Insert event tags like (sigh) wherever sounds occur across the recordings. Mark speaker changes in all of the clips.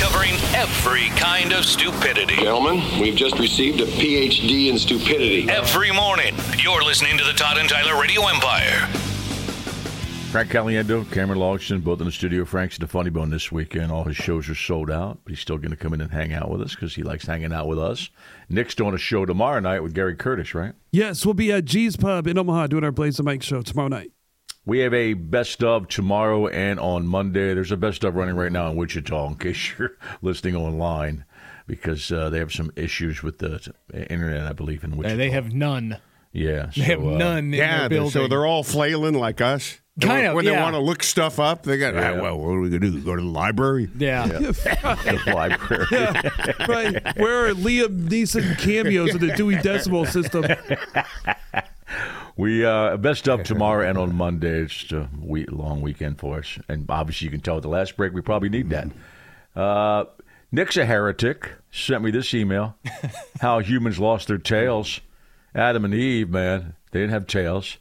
Speaker 1: Covering every kind of stupidity.
Speaker 2: Gentlemen, we've just received a PhD in stupidity.
Speaker 1: Every morning, you're listening to the Todd and Tyler Radio Empire.
Speaker 3: Frank Caliendo, Cameron Logston, both in the studio. Frank's at the Funny Bone this weekend. All his shows are sold out, but he's still going to come in and hang out with us because he likes hanging out with us. Nick's doing a show tomorrow night with Gary Curtis, right?
Speaker 4: Yes, we'll be at G's Pub in Omaha doing our Blaze the Mike show tomorrow night. (laughs)
Speaker 3: We have a best of tomorrow and on Monday. There's a best of running right now in Wichita, in case (laughs) you're listening online, because uh, they have some issues with the t- internet, I believe, in Wichita.
Speaker 5: Uh, they have none.
Speaker 3: yeah, uh,
Speaker 5: They have none in
Speaker 6: Yeah,
Speaker 5: their
Speaker 6: they're-
Speaker 5: building.
Speaker 6: so they're all flailing like us. They
Speaker 5: Kind
Speaker 6: wanna-
Speaker 5: of,
Speaker 6: When they
Speaker 5: yeah.
Speaker 6: want to look stuff up, they got,
Speaker 3: Yeah.
Speaker 6: ah, well, what are we going to do? Go to the library?
Speaker 5: yeah. (laughs)
Speaker 3: the library.
Speaker 4: Right? Where are Liam Neeson cameos in the Dewey Decimal System?
Speaker 3: We uh, best
Speaker 4: (laughs)
Speaker 3: of tomorrow and on Monday. It's just a we long weekend for us, and obviously you can tell at the last break we probably need that. Uh, Nick's a heretic. Sent me this
Speaker 4: (laughs)
Speaker 3: email: How humans lost their tails. Adam and Eve, man, they didn't have tails.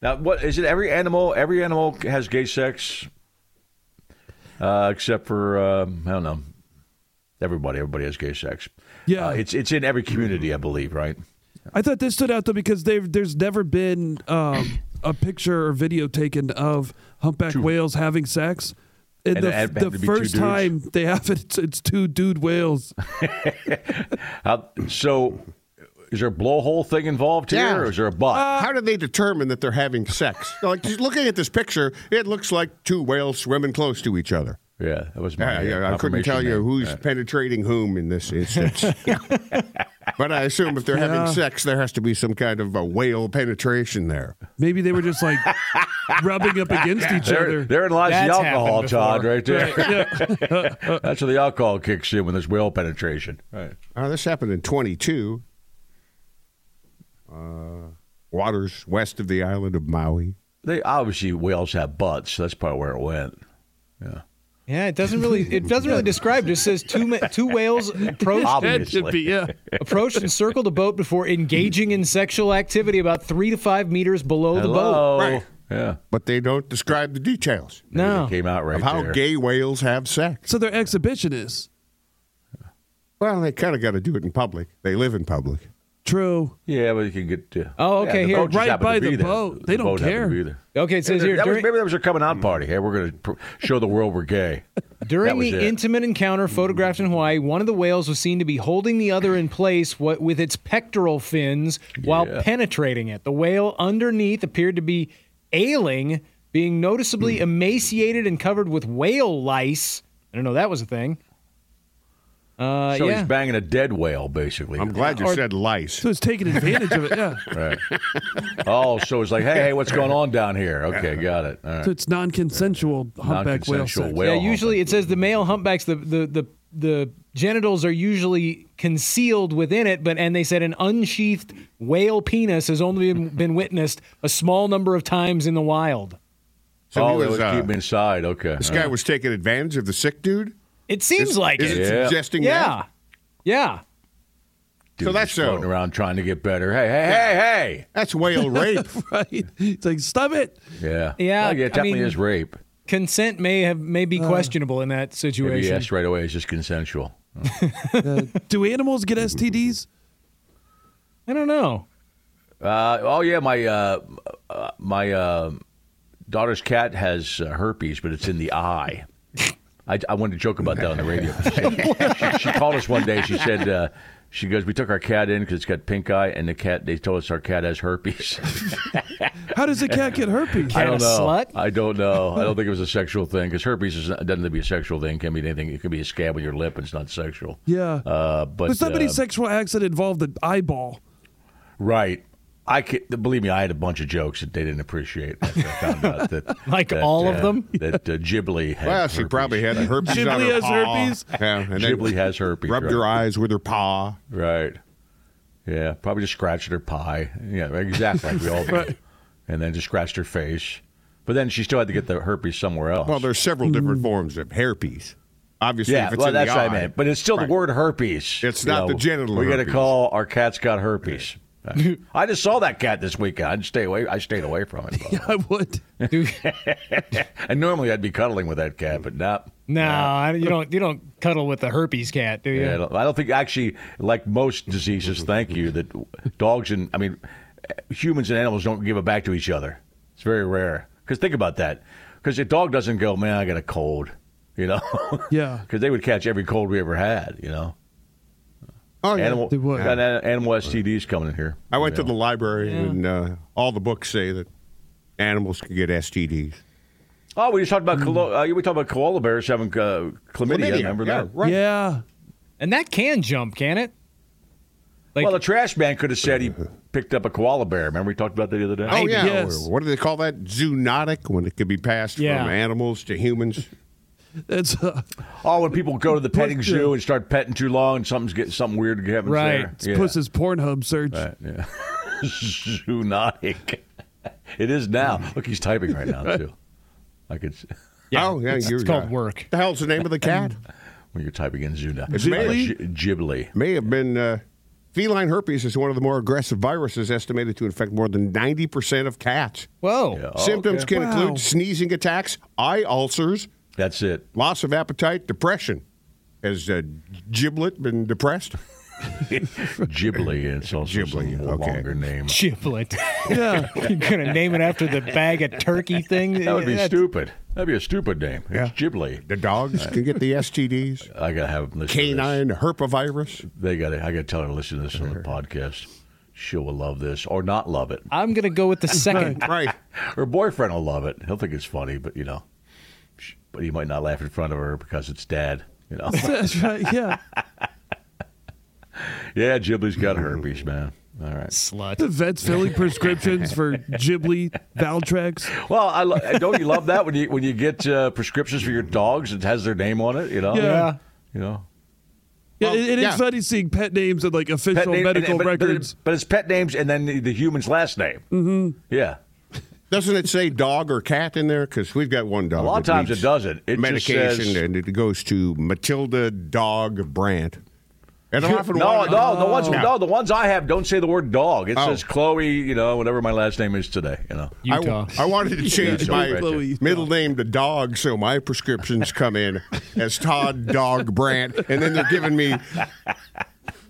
Speaker 3: Now, what is it? Every animal, every animal has gay sex, uh, except for um, I don't know. Everybody, everybody has gay sex.
Speaker 4: Yeah.
Speaker 3: Uh, it's it's in every community, I believe, right?
Speaker 4: I thought this stood out though because they've, there's never been
Speaker 3: (coughs)
Speaker 4: um, a picture or video taken of humpback whales having sex. And,
Speaker 3: And
Speaker 4: the,
Speaker 3: it had
Speaker 4: the
Speaker 3: to be two
Speaker 4: first
Speaker 3: dudes.
Speaker 4: time they have it, it's, it's two dude whales.
Speaker 3: How, so, is there a blowhole thing involved here,
Speaker 6: Yeah.
Speaker 3: or is there a butt?
Speaker 6: How do they determine that they're having sex? like just looking at this picture, it looks like two whales swimming close to each other.
Speaker 3: yeah, that was
Speaker 6: Yeah,
Speaker 3: my.
Speaker 6: yeah, I couldn't tell you who's penetrating whom in this (laughs) instance. but I assume if they're having sex, there has to be some kind of a whale penetration there.
Speaker 4: Maybe they were
Speaker 3: (laughs)
Speaker 4: just like rubbing up against each
Speaker 3: There,
Speaker 4: other.
Speaker 3: therein lies
Speaker 5: That's
Speaker 3: the alcohol,
Speaker 5: happened before.
Speaker 3: Todd, right there. (laughs) That's where the alcohol kicks in when there's whale penetration. Right.
Speaker 6: Uh, this happened in 22. Uh, waters west of the island of Maui.
Speaker 3: They obviously whales have butts. That's probably where it went.
Speaker 5: Yeah, it doesn't really it doesn't really describe. It just says two ma- two whales approached
Speaker 4: that should be
Speaker 3: Obviously,
Speaker 4: yeah.
Speaker 5: approached and circled a boat before engaging in sexual activity about three to five meters below the boat.
Speaker 3: Hello. Yeah,
Speaker 6: But they don't describe the details
Speaker 5: No,
Speaker 3: came out right
Speaker 6: of how
Speaker 3: there.
Speaker 6: gay whales have sex.
Speaker 4: So they're exhibitionists.
Speaker 6: Well, they kind of got to do it in public. They live in public.
Speaker 4: True.
Speaker 3: Yeah, but you can get. Uh,
Speaker 5: Oh, okay,
Speaker 3: yeah, the
Speaker 5: here.
Speaker 3: boat just
Speaker 4: Right
Speaker 3: happened
Speaker 4: by
Speaker 3: to be
Speaker 4: the
Speaker 3: there.
Speaker 4: boat. They don't
Speaker 3: boat happened to
Speaker 4: care.
Speaker 3: be there.
Speaker 5: Okay, it says
Speaker 3: That
Speaker 5: here
Speaker 3: was-
Speaker 5: during,
Speaker 3: maybe that was their coming out party. Hey, we're going to pr- show the world we're gay. that
Speaker 5: during
Speaker 3: was
Speaker 5: the
Speaker 3: it.
Speaker 5: intimate encounter photographed in Hawaii, one of the whales was seen to be holding the other in place wha- with its pectoral fins while penetrating it. The whale underneath appeared to be ailing, being noticeably
Speaker 3: Hmm.
Speaker 5: emaciated and covered with whale lice. I don't know that was a thing. Uh,
Speaker 3: so
Speaker 5: yeah.
Speaker 3: he's banging a dead whale, basically.
Speaker 6: I'm glad you said lice.
Speaker 4: So it's taking advantage of it. Yeah.
Speaker 3: oh, so it's like, hey, hey, what's going on down here? Okay, got it. All right.
Speaker 4: So it's
Speaker 3: (laughs)
Speaker 4: non-consensual humpback whale
Speaker 3: Non-consensual
Speaker 4: sex.
Speaker 3: whale
Speaker 5: yeah, usually it says the male humpbacks the, the the the genitals are usually concealed within it, but and they said an unsheathed whale penis has only
Speaker 3: (laughs)
Speaker 5: been, been witnessed a small number of times in the wild.
Speaker 6: So
Speaker 3: oh,
Speaker 6: he
Speaker 3: they
Speaker 6: was,
Speaker 3: would
Speaker 6: uh,
Speaker 3: keep him inside. Okay.
Speaker 6: This guy was taking advantage of the sick dude.
Speaker 5: Uh-huh. It seems like
Speaker 6: Is
Speaker 5: it.
Speaker 6: it
Speaker 3: Yeah.
Speaker 6: suggesting
Speaker 5: Yeah. Yeah.
Speaker 6: that? So that's
Speaker 3: floating
Speaker 6: uh,
Speaker 3: around trying to get better. Hey, hey,
Speaker 6: that's
Speaker 3: (laughs)
Speaker 6: whale rape.
Speaker 4: (laughs) Right. It's like stop it.
Speaker 3: hey, hey. Yeah.
Speaker 5: Yeah,
Speaker 3: Well, yeah,
Speaker 5: I
Speaker 3: it definitely
Speaker 5: mean-
Speaker 3: is rape.
Speaker 5: Consent may have may
Speaker 3: Uh.
Speaker 5: be questionable in that
Speaker 3: Maybe
Speaker 5: situation.
Speaker 3: yes, right away. It's just consensual.
Speaker 4: Do animals get STDs?
Speaker 5: I don't know.
Speaker 3: Uh, oh yeah, my uh, uh, my uh, daughter's cat has uh, herpes, but it's in the eye. I, I wanted to joke about that on
Speaker 5: (laughs)
Speaker 3: the radio. She, she called us one day. She said uh, she goes, "We took our cat in because it's got pink eye, and the cat. They told us our cat has herpes.
Speaker 4: How does a cat get
Speaker 3: (laughs)
Speaker 4: herpes?
Speaker 5: Cat
Speaker 3: I
Speaker 5: a
Speaker 3: don't know.
Speaker 5: slut?
Speaker 3: I don't know. I don't think it was a sexual thing because herpes is, not- doesn't have to be a sexual thing. It can be anything. It can be a scab on your lip. and It's not sexual.
Speaker 4: Yeah.
Speaker 3: Uh, but
Speaker 4: There's not many
Speaker 3: uh,
Speaker 4: sexual acts that involve the eyeball. (laughs)
Speaker 3: Right. I could, believe me, I had a bunch of jokes that they didn't appreciate. after I found out
Speaker 5: (laughs)
Speaker 3: that,
Speaker 5: Like
Speaker 3: that,
Speaker 5: all of
Speaker 3: uh,
Speaker 5: them?
Speaker 3: (laughs) That uh, Ghibli had.
Speaker 6: well, she
Speaker 3: herpes.
Speaker 6: probably had herpes. on
Speaker 4: Ghibli
Speaker 6: her
Speaker 4: has
Speaker 6: paw.
Speaker 4: herpes?
Speaker 6: Yeah, and then
Speaker 3: Ghibli has herpes.
Speaker 6: Rubbed
Speaker 3: right.
Speaker 6: her eyes with her paw.
Speaker 3: Right. Yeah, probably just scratched her pie. Yeah, exactly. Like we
Speaker 5: (laughs)
Speaker 3: all do. And then just scratched her face. But then she still had to get the herpes somewhere else.
Speaker 6: Well, there's several
Speaker 5: Hmm.
Speaker 6: different forms of herpes. Obviously,
Speaker 3: yeah,
Speaker 6: if it's
Speaker 3: well,
Speaker 6: in the
Speaker 3: that's what I
Speaker 6: eye-
Speaker 3: meant. But it's still
Speaker 6: Right.
Speaker 3: the word herpes.
Speaker 6: It's
Speaker 3: You
Speaker 6: not the genital
Speaker 3: We to
Speaker 6: herpes.
Speaker 3: call our cat's got
Speaker 6: (laughs)
Speaker 3: herpes. I just saw that cat this weekend. I stay away. I stayed away from it. by the way.
Speaker 4: I would.
Speaker 3: And normally I'd be cuddling with that cat, but not.
Speaker 5: No, I- you don't you don't cuddle with the herpes cat, do you?
Speaker 3: Yeah, I don't- I don't think actually, like most diseases, thank you that dogs and I mean, humans and animals don't give it back to each other. It's very rare. Because think about that. Because a dog doesn't go, man, I got a cold, you know. (laughs)
Speaker 4: Yeah.
Speaker 3: Because they would catch every cold we ever had, you know.
Speaker 6: Oh, yeah.
Speaker 3: Animal,
Speaker 4: They would.
Speaker 3: got an- animal STDs coming in here.
Speaker 6: I went to the library, and uh, all the books say that animals can get STDs.
Speaker 3: Oh, we just talked about
Speaker 4: Hmm.
Speaker 3: colo- uh, we talked about koala bears having uh, chlamydia. Remember
Speaker 6: yeah,
Speaker 3: that?
Speaker 6: Right.
Speaker 4: Yeah.
Speaker 5: And that can jump, can it? Like-
Speaker 3: well, the trash man could have said he picked up a koala bear. Remember we talked about that the other day.
Speaker 6: Oh, yeah.
Speaker 4: yes.
Speaker 6: Or what do they call that? Zoonotic, when it could be passed
Speaker 5: Yeah.
Speaker 6: from animals to humans.
Speaker 4: That's uh,
Speaker 3: Oh, when people go to the petting
Speaker 4: Puss-
Speaker 3: zoo and start petting too long, and something's getting something weird happens
Speaker 5: Right.
Speaker 3: there.
Speaker 5: It's
Speaker 4: Puss's Pornhub search.
Speaker 3: Zoonotic. (laughs) It is now. Look, he's typing right now too. I could s-
Speaker 6: oh, yeah,
Speaker 5: it's,
Speaker 6: you're
Speaker 5: it's called
Speaker 6: uh,
Speaker 5: work.
Speaker 6: The hell's the name of the cat?
Speaker 3: when you're typing in Zuna.
Speaker 6: It's Bailey?
Speaker 3: Uh, Ghi- Ghibli.
Speaker 6: May have been. Uh, feline herpes is one of the more aggressive viruses estimated to infect more than 90% of cats.
Speaker 5: Whoa.
Speaker 3: Yeah. Oh,
Speaker 6: Symptoms
Speaker 3: okay.
Speaker 6: can include sneezing attacks, eye ulcers,
Speaker 3: That's it.
Speaker 6: loss of appetite, depression. Has uh, Giblet been depressed?
Speaker 3: Ghibli. It's also
Speaker 6: Ghibli,
Speaker 3: some
Speaker 6: okay.
Speaker 3: longer name. (laughs)
Speaker 5: Giblet. You're gonna name it after the bag of turkey thing.
Speaker 3: That would be
Speaker 5: That's-
Speaker 3: stupid. That'd be a stupid name. It's
Speaker 6: Yeah.
Speaker 3: Ghibli. (laughs)
Speaker 6: The dogs can get the STDs.
Speaker 3: I gotta have them listen to this.
Speaker 6: Canine herpavirus.
Speaker 3: They got. to I gotta tell her to listen to this on the podcast. She will love this or not love it.
Speaker 5: I'm gonna go with the second.
Speaker 6: Right.
Speaker 3: Her boyfriend will love it. He'll think it's funny, but you know, sh- but he might not laugh in front of her because it's dad. You
Speaker 4: (laughs)
Speaker 3: know.
Speaker 4: (laughs) That's right. Yeah.
Speaker 3: yeah, Ghibli's got herpes, man. All right.
Speaker 4: The
Speaker 5: Slut.
Speaker 4: vets filling prescriptions for Ghibli, Valtrex.
Speaker 3: Well, I lo- don't you love that when you when you get uh, prescriptions for your dogs it has their name on it. You know.
Speaker 4: Yeah.
Speaker 3: You know.
Speaker 4: Yeah, it, it
Speaker 6: yeah.
Speaker 4: is funny seeing pet names and like official
Speaker 3: name-
Speaker 4: medical
Speaker 3: but- but-
Speaker 4: records.
Speaker 3: But, it's pet names and then the, the human's last name. Mm-hmm. Yeah.
Speaker 6: Doesn't it say dog or cat in there? Because we've got one dog.
Speaker 3: A lot of
Speaker 6: that
Speaker 3: times
Speaker 6: needs
Speaker 3: it doesn't. It
Speaker 6: medication,
Speaker 3: just says,
Speaker 6: and it goes to Matilda Dog Brandt. And I'm often
Speaker 3: no,
Speaker 6: wondering-
Speaker 3: no, the ones
Speaker 6: Yeah.
Speaker 3: no, the ones I have don't say the word dog. It
Speaker 6: Oh.
Speaker 3: says Chloe, you know, whatever my last name is today. You know,
Speaker 6: I-
Speaker 5: Utah.
Speaker 6: I, wanted to change
Speaker 3: Utah,
Speaker 6: my
Speaker 3: right there. Chloe,
Speaker 6: middle name to Dog, so my prescriptions come in as Todd Dog Brandt, and then they're giving me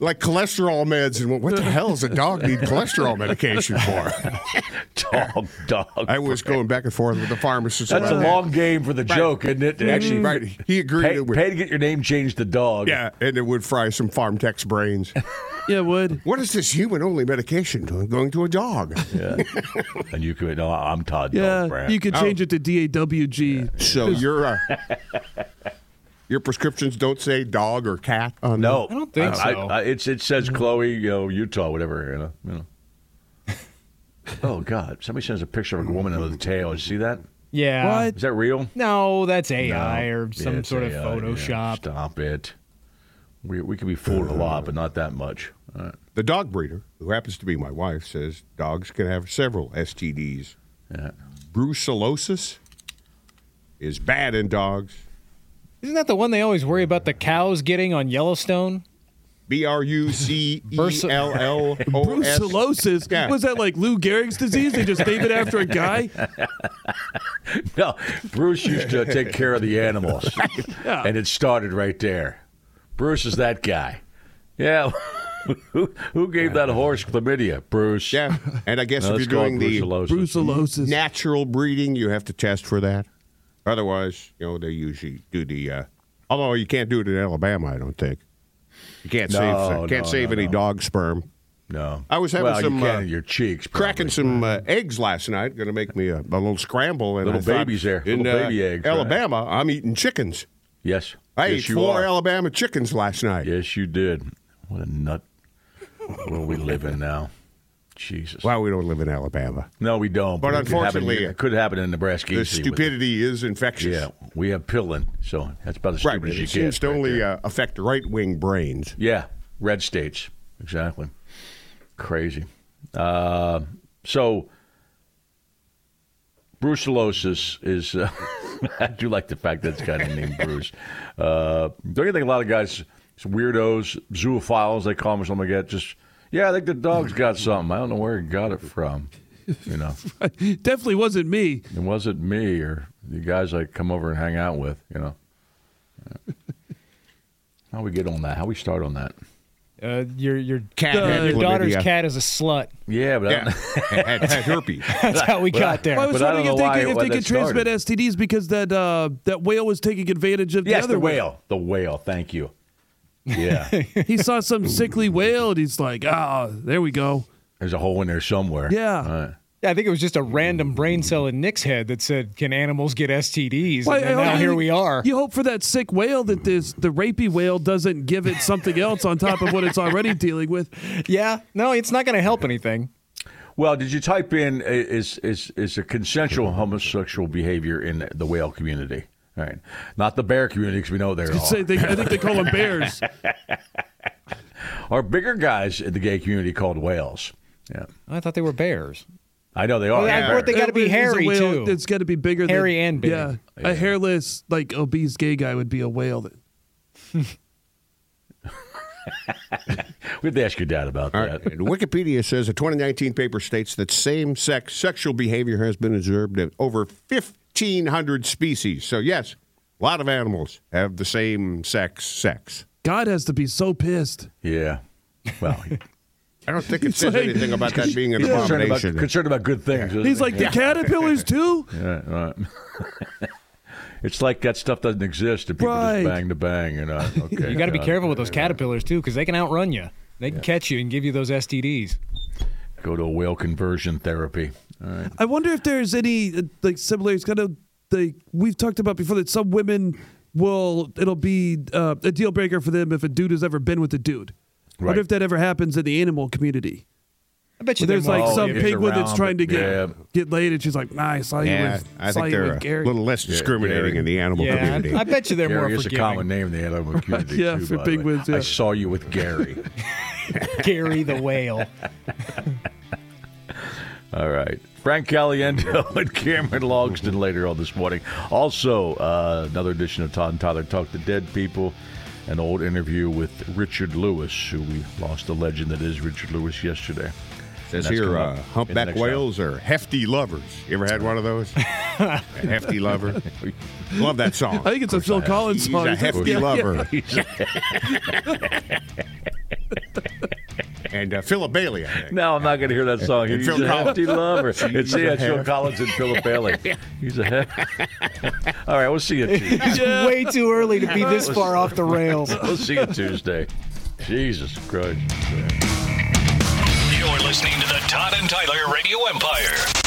Speaker 6: like cholesterol meds. And what the hell does a dog need cholesterol medication for?
Speaker 3: dog, dog.
Speaker 6: I was going back and forth with the pharmacist.
Speaker 3: That's a
Speaker 6: about that.
Speaker 3: long game for the joke, isn't it? To Actually,
Speaker 6: Mm-hmm. Right. He agreed
Speaker 3: pay,
Speaker 6: it would-
Speaker 3: pay to get your name changed to dog.
Speaker 6: Yeah, and it would fry some farm tech's
Speaker 3: (laughs)
Speaker 6: brains.
Speaker 4: yeah,
Speaker 3: Oh,
Speaker 4: would.
Speaker 6: What is this human only medication doing going to
Speaker 3: (laughs)
Speaker 6: a dog?
Speaker 3: and you could. No, I'm Todd.
Speaker 4: Yeah,
Speaker 3: dog Brandt.
Speaker 4: you could
Speaker 3: Oh.
Speaker 4: change it to DAWG.
Speaker 6: So your uh, your prescriptions don't say dog or cat on Uh,
Speaker 3: No,
Speaker 5: I don't think so.
Speaker 3: I, it's it says Chloe, you know, Utah, whatever. You know. You know. oh God! Somebody sends a picture of a woman with a tail. You see that?
Speaker 5: Yeah.
Speaker 4: What?
Speaker 3: Is that real?
Speaker 5: No, that's AI
Speaker 3: No.
Speaker 5: or some
Speaker 3: Yeah,
Speaker 5: sort of
Speaker 3: it's AI, yeah.
Speaker 5: Photoshop.
Speaker 3: Stop it. We we can be fooled a lot, but not that much. All right. (laughs)
Speaker 6: The dog breeder, who happens to be my wife, says dogs can have several STDs.
Speaker 3: Yeah.
Speaker 6: Brucellosis is bad in dogs.
Speaker 5: Isn't that the one they always worry about the cows getting on Yellowstone?
Speaker 6: B R U C E L L O S.
Speaker 4: Brucellosis.
Speaker 6: Yeah.
Speaker 4: Was that like Lou Gehrig's disease? They just named it after
Speaker 3: (laughs)
Speaker 4: a guy?
Speaker 3: No, Bruce used to take care of
Speaker 5: (laughs)
Speaker 3: the animals, and it started right there. Bruce is that guy. Yeah. (laughs) who, who gave that horse chlamydia? Bruce.
Speaker 6: Yeah, and I guess
Speaker 3: No,
Speaker 6: if
Speaker 3: let's
Speaker 6: you're
Speaker 3: call it
Speaker 6: doing the
Speaker 3: brucellosis.
Speaker 4: Brucellosis.
Speaker 6: natural breeding, you have to test for that. Otherwise, you know they usually do the. Uh, although you can't do it in Alabama, I don't think. You can't
Speaker 3: No,
Speaker 6: save can't
Speaker 3: no,
Speaker 6: save
Speaker 3: no,
Speaker 6: any
Speaker 3: no.
Speaker 6: dog sperm.
Speaker 3: No.
Speaker 6: I was having
Speaker 3: well,
Speaker 6: some,
Speaker 3: you can
Speaker 6: uh,
Speaker 3: in your cheeks.
Speaker 6: cracking some uh, eggs last night. Going to make me a, a little scramble. And
Speaker 3: Little
Speaker 6: I thought,
Speaker 3: babies there,
Speaker 6: In
Speaker 3: little
Speaker 6: uh,
Speaker 3: baby eggs, right.
Speaker 6: Alabama, I'm eating chickens.
Speaker 3: Yes.
Speaker 6: I
Speaker 3: yes,
Speaker 6: ate
Speaker 3: you
Speaker 6: four
Speaker 3: are.
Speaker 6: Alabama chickens last night.
Speaker 3: Yes, you did. What a nut. Where we live in now. Jesus.
Speaker 6: Well, we don't live in Alabama.
Speaker 3: No, we don't.
Speaker 6: But
Speaker 3: it could happen-
Speaker 6: unfortunately,
Speaker 3: it could happen in Nebraska.
Speaker 6: The
Speaker 3: easily with-
Speaker 6: stupidity is infectious.
Speaker 3: yeah, we have pillin, so that's about as
Speaker 6: Right.
Speaker 3: stupid
Speaker 6: It
Speaker 3: as you
Speaker 6: seems
Speaker 3: get.
Speaker 6: to
Speaker 3: right
Speaker 6: only
Speaker 3: there.
Speaker 6: uh, affect right wing
Speaker 3: (laughs)
Speaker 6: brains.
Speaker 3: yeah, red states exactly. Crazy. Uh, so, brucellosis is. Uh, (laughs) I do like the fact that it's kind of
Speaker 6: (laughs)
Speaker 3: named Bruce. Uh, don't you think a lot of guys, weirdos, zoophiles, they call them or something like that, just yeah, I think the dog's got something. I don't know where he got it from. You know.
Speaker 4: (laughs) Definitely wasn't me.
Speaker 3: It wasn't me or the guys I come over and hang out with, you know. (laughs) How we get on that? How we start on that?
Speaker 5: Uh, your your
Speaker 6: Cat
Speaker 5: your
Speaker 6: had
Speaker 5: daughter's
Speaker 6: chlamydia.
Speaker 5: cat is a
Speaker 3: (laughs)
Speaker 5: slut.
Speaker 3: Yeah, but I
Speaker 6: Yeah.
Speaker 3: don't, (laughs)
Speaker 6: had, had herpes.
Speaker 5: That's how we got
Speaker 4: I
Speaker 5: there.
Speaker 4: was
Speaker 3: But I
Speaker 4: wondering
Speaker 3: don't
Speaker 4: if
Speaker 3: know
Speaker 4: they
Speaker 3: why-
Speaker 4: could, if
Speaker 3: why
Speaker 4: they
Speaker 3: that
Speaker 4: could transmit STDs because that uh, that whale was taking advantage of the
Speaker 3: yes,
Speaker 4: other
Speaker 3: the whale, the whale. Thank you. (laughs) Yeah,
Speaker 4: He saw some sickly whale and he's like, ah, there we go.
Speaker 3: there's a hole in there somewhere.
Speaker 4: Yeah.
Speaker 3: All right.
Speaker 5: Yeah, I think it was just a random brain cell in Nick's head that said, "Can animals get STDs?"
Speaker 4: Why-
Speaker 5: and then now
Speaker 4: I-
Speaker 5: here we are.
Speaker 4: You hope for that sick whale that this the rapey whale doesn't give it something else on top of what it's already dealing with.
Speaker 3: (laughs)
Speaker 5: Yeah, no, it's not going to help anything.
Speaker 3: Well, did you type in i- is is is a (laughs) consensual homosexual behavior in the whale community? All right, not the bear community because we know they're all.
Speaker 4: Say they, I think they call them
Speaker 5: (laughs)
Speaker 4: bears.
Speaker 3: Our bigger guys in the gay community called whales. Yeah.
Speaker 5: I thought they were bears.
Speaker 3: I know they are.
Speaker 5: Well, I
Speaker 3: Yeah.
Speaker 5: thought they got to be
Speaker 4: It's a
Speaker 5: hairy
Speaker 4: whale.
Speaker 5: too.
Speaker 4: It's got to be bigger.
Speaker 5: Hairy
Speaker 4: than,
Speaker 5: and big.
Speaker 4: Yeah, a hairless, like obese gay guy would be a whale. Then.
Speaker 3: we have to ask your dad about
Speaker 6: All right.
Speaker 3: that.
Speaker 6: (laughs) Wikipedia says a 2019 paper states that same sex sexual behavior has been observed in over 1,500 species. So, yes, a lot of animals have the same sex sex.
Speaker 4: God has to be so pissed.
Speaker 3: Yeah.
Speaker 4: (laughs)
Speaker 3: Well, he's
Speaker 6: I don't think it says
Speaker 4: like-
Speaker 6: anything
Speaker 4: (laughs)
Speaker 6: about that being an
Speaker 3: concerned about,
Speaker 6: abomination.
Speaker 3: concerned about good things. isn't
Speaker 4: He's
Speaker 3: he?
Speaker 4: like the caterpillars too.
Speaker 3: Yeah, right. it's like that stuff doesn't exist, and people
Speaker 4: Right.
Speaker 3: just bang to bang. And
Speaker 4: (laughs)
Speaker 3: uh, okay,
Speaker 5: You got to be
Speaker 3: uh,
Speaker 5: careful with those caterpillars too, because they can outrun you. They can catch you and give you those STDs.
Speaker 3: Go to a whale conversion therapy. All right.
Speaker 4: I wonder if there's any uh, like similarities. Kind of like we've talked about before that some women will it'll be uh, a deal breaker for them if a dude has ever been with a dude. I
Speaker 3: Right.
Speaker 4: wonder if that ever happens in the animal community.
Speaker 5: I bet you
Speaker 4: Where there's
Speaker 5: they're
Speaker 4: like
Speaker 5: more-
Speaker 3: Oh,
Speaker 4: some
Speaker 3: yeah.
Speaker 4: penguin that's
Speaker 3: Around,
Speaker 4: trying to get
Speaker 3: yeah.
Speaker 4: get laid, and she's like, "Nah, I saw you
Speaker 6: Yeah,
Speaker 4: with
Speaker 6: I
Speaker 4: saw
Speaker 6: think
Speaker 4: you
Speaker 6: they're
Speaker 4: with
Speaker 6: a
Speaker 4: Gary."
Speaker 6: little less discriminating
Speaker 3: Gary.
Speaker 6: in the animal
Speaker 5: Yeah,
Speaker 4: (laughs)
Speaker 6: community.
Speaker 5: I bet you they're more
Speaker 3: Gary is a
Speaker 5: forgiving.
Speaker 3: common name in the animal community.
Speaker 4: Yeah,
Speaker 3: too,
Speaker 4: for
Speaker 3: by the way.
Speaker 4: penguins, yeah.
Speaker 3: I saw you with
Speaker 4: (laughs)
Speaker 3: Gary.
Speaker 5: Gary the whale.
Speaker 3: All right. Frank Caliendo (laughs) and Cameron Logston later on this morning. Also, uh, another edition of Todd and Tyler Talk to Dead People, an old interview with Richard Lewis, who we lost the legend that is Richard Lewis yesterday. (laughs)
Speaker 6: says
Speaker 3: That's
Speaker 6: here,
Speaker 3: coming up
Speaker 6: uh,
Speaker 3: in the
Speaker 6: humpback
Speaker 3: next hour.
Speaker 6: whales are hefty lovers. You ever had one
Speaker 4: (laughs)
Speaker 6: of those? a hefty lover. Love that song.
Speaker 4: I think it's a Phil Collins
Speaker 6: He's
Speaker 4: song.
Speaker 6: a
Speaker 4: (laughs)
Speaker 6: hefty
Speaker 4: Yeah, yeah.
Speaker 6: lover. and uh, Philip Bailey, I think.
Speaker 3: No, I'm not going to hear that song.
Speaker 6: And
Speaker 3: He's
Speaker 6: (laughs) Phil
Speaker 3: a hefty lover.
Speaker 6: (laughs)
Speaker 3: It's yeah,
Speaker 6: a
Speaker 3: Phil
Speaker 6: hef-
Speaker 3: Collins and Philip
Speaker 6: (laughs)
Speaker 3: Bailey. He's a hefty. (laughs) All right, we'll see you.
Speaker 5: (laughs)
Speaker 3: Tuesday.
Speaker 4: Yeah.
Speaker 5: Way too early to be
Speaker 6: (laughs)
Speaker 5: this far off the rails.
Speaker 3: We'll see you Tuesday. Jesus Christ.
Speaker 1: You're listening to the Todd and Tyler Radio Empire.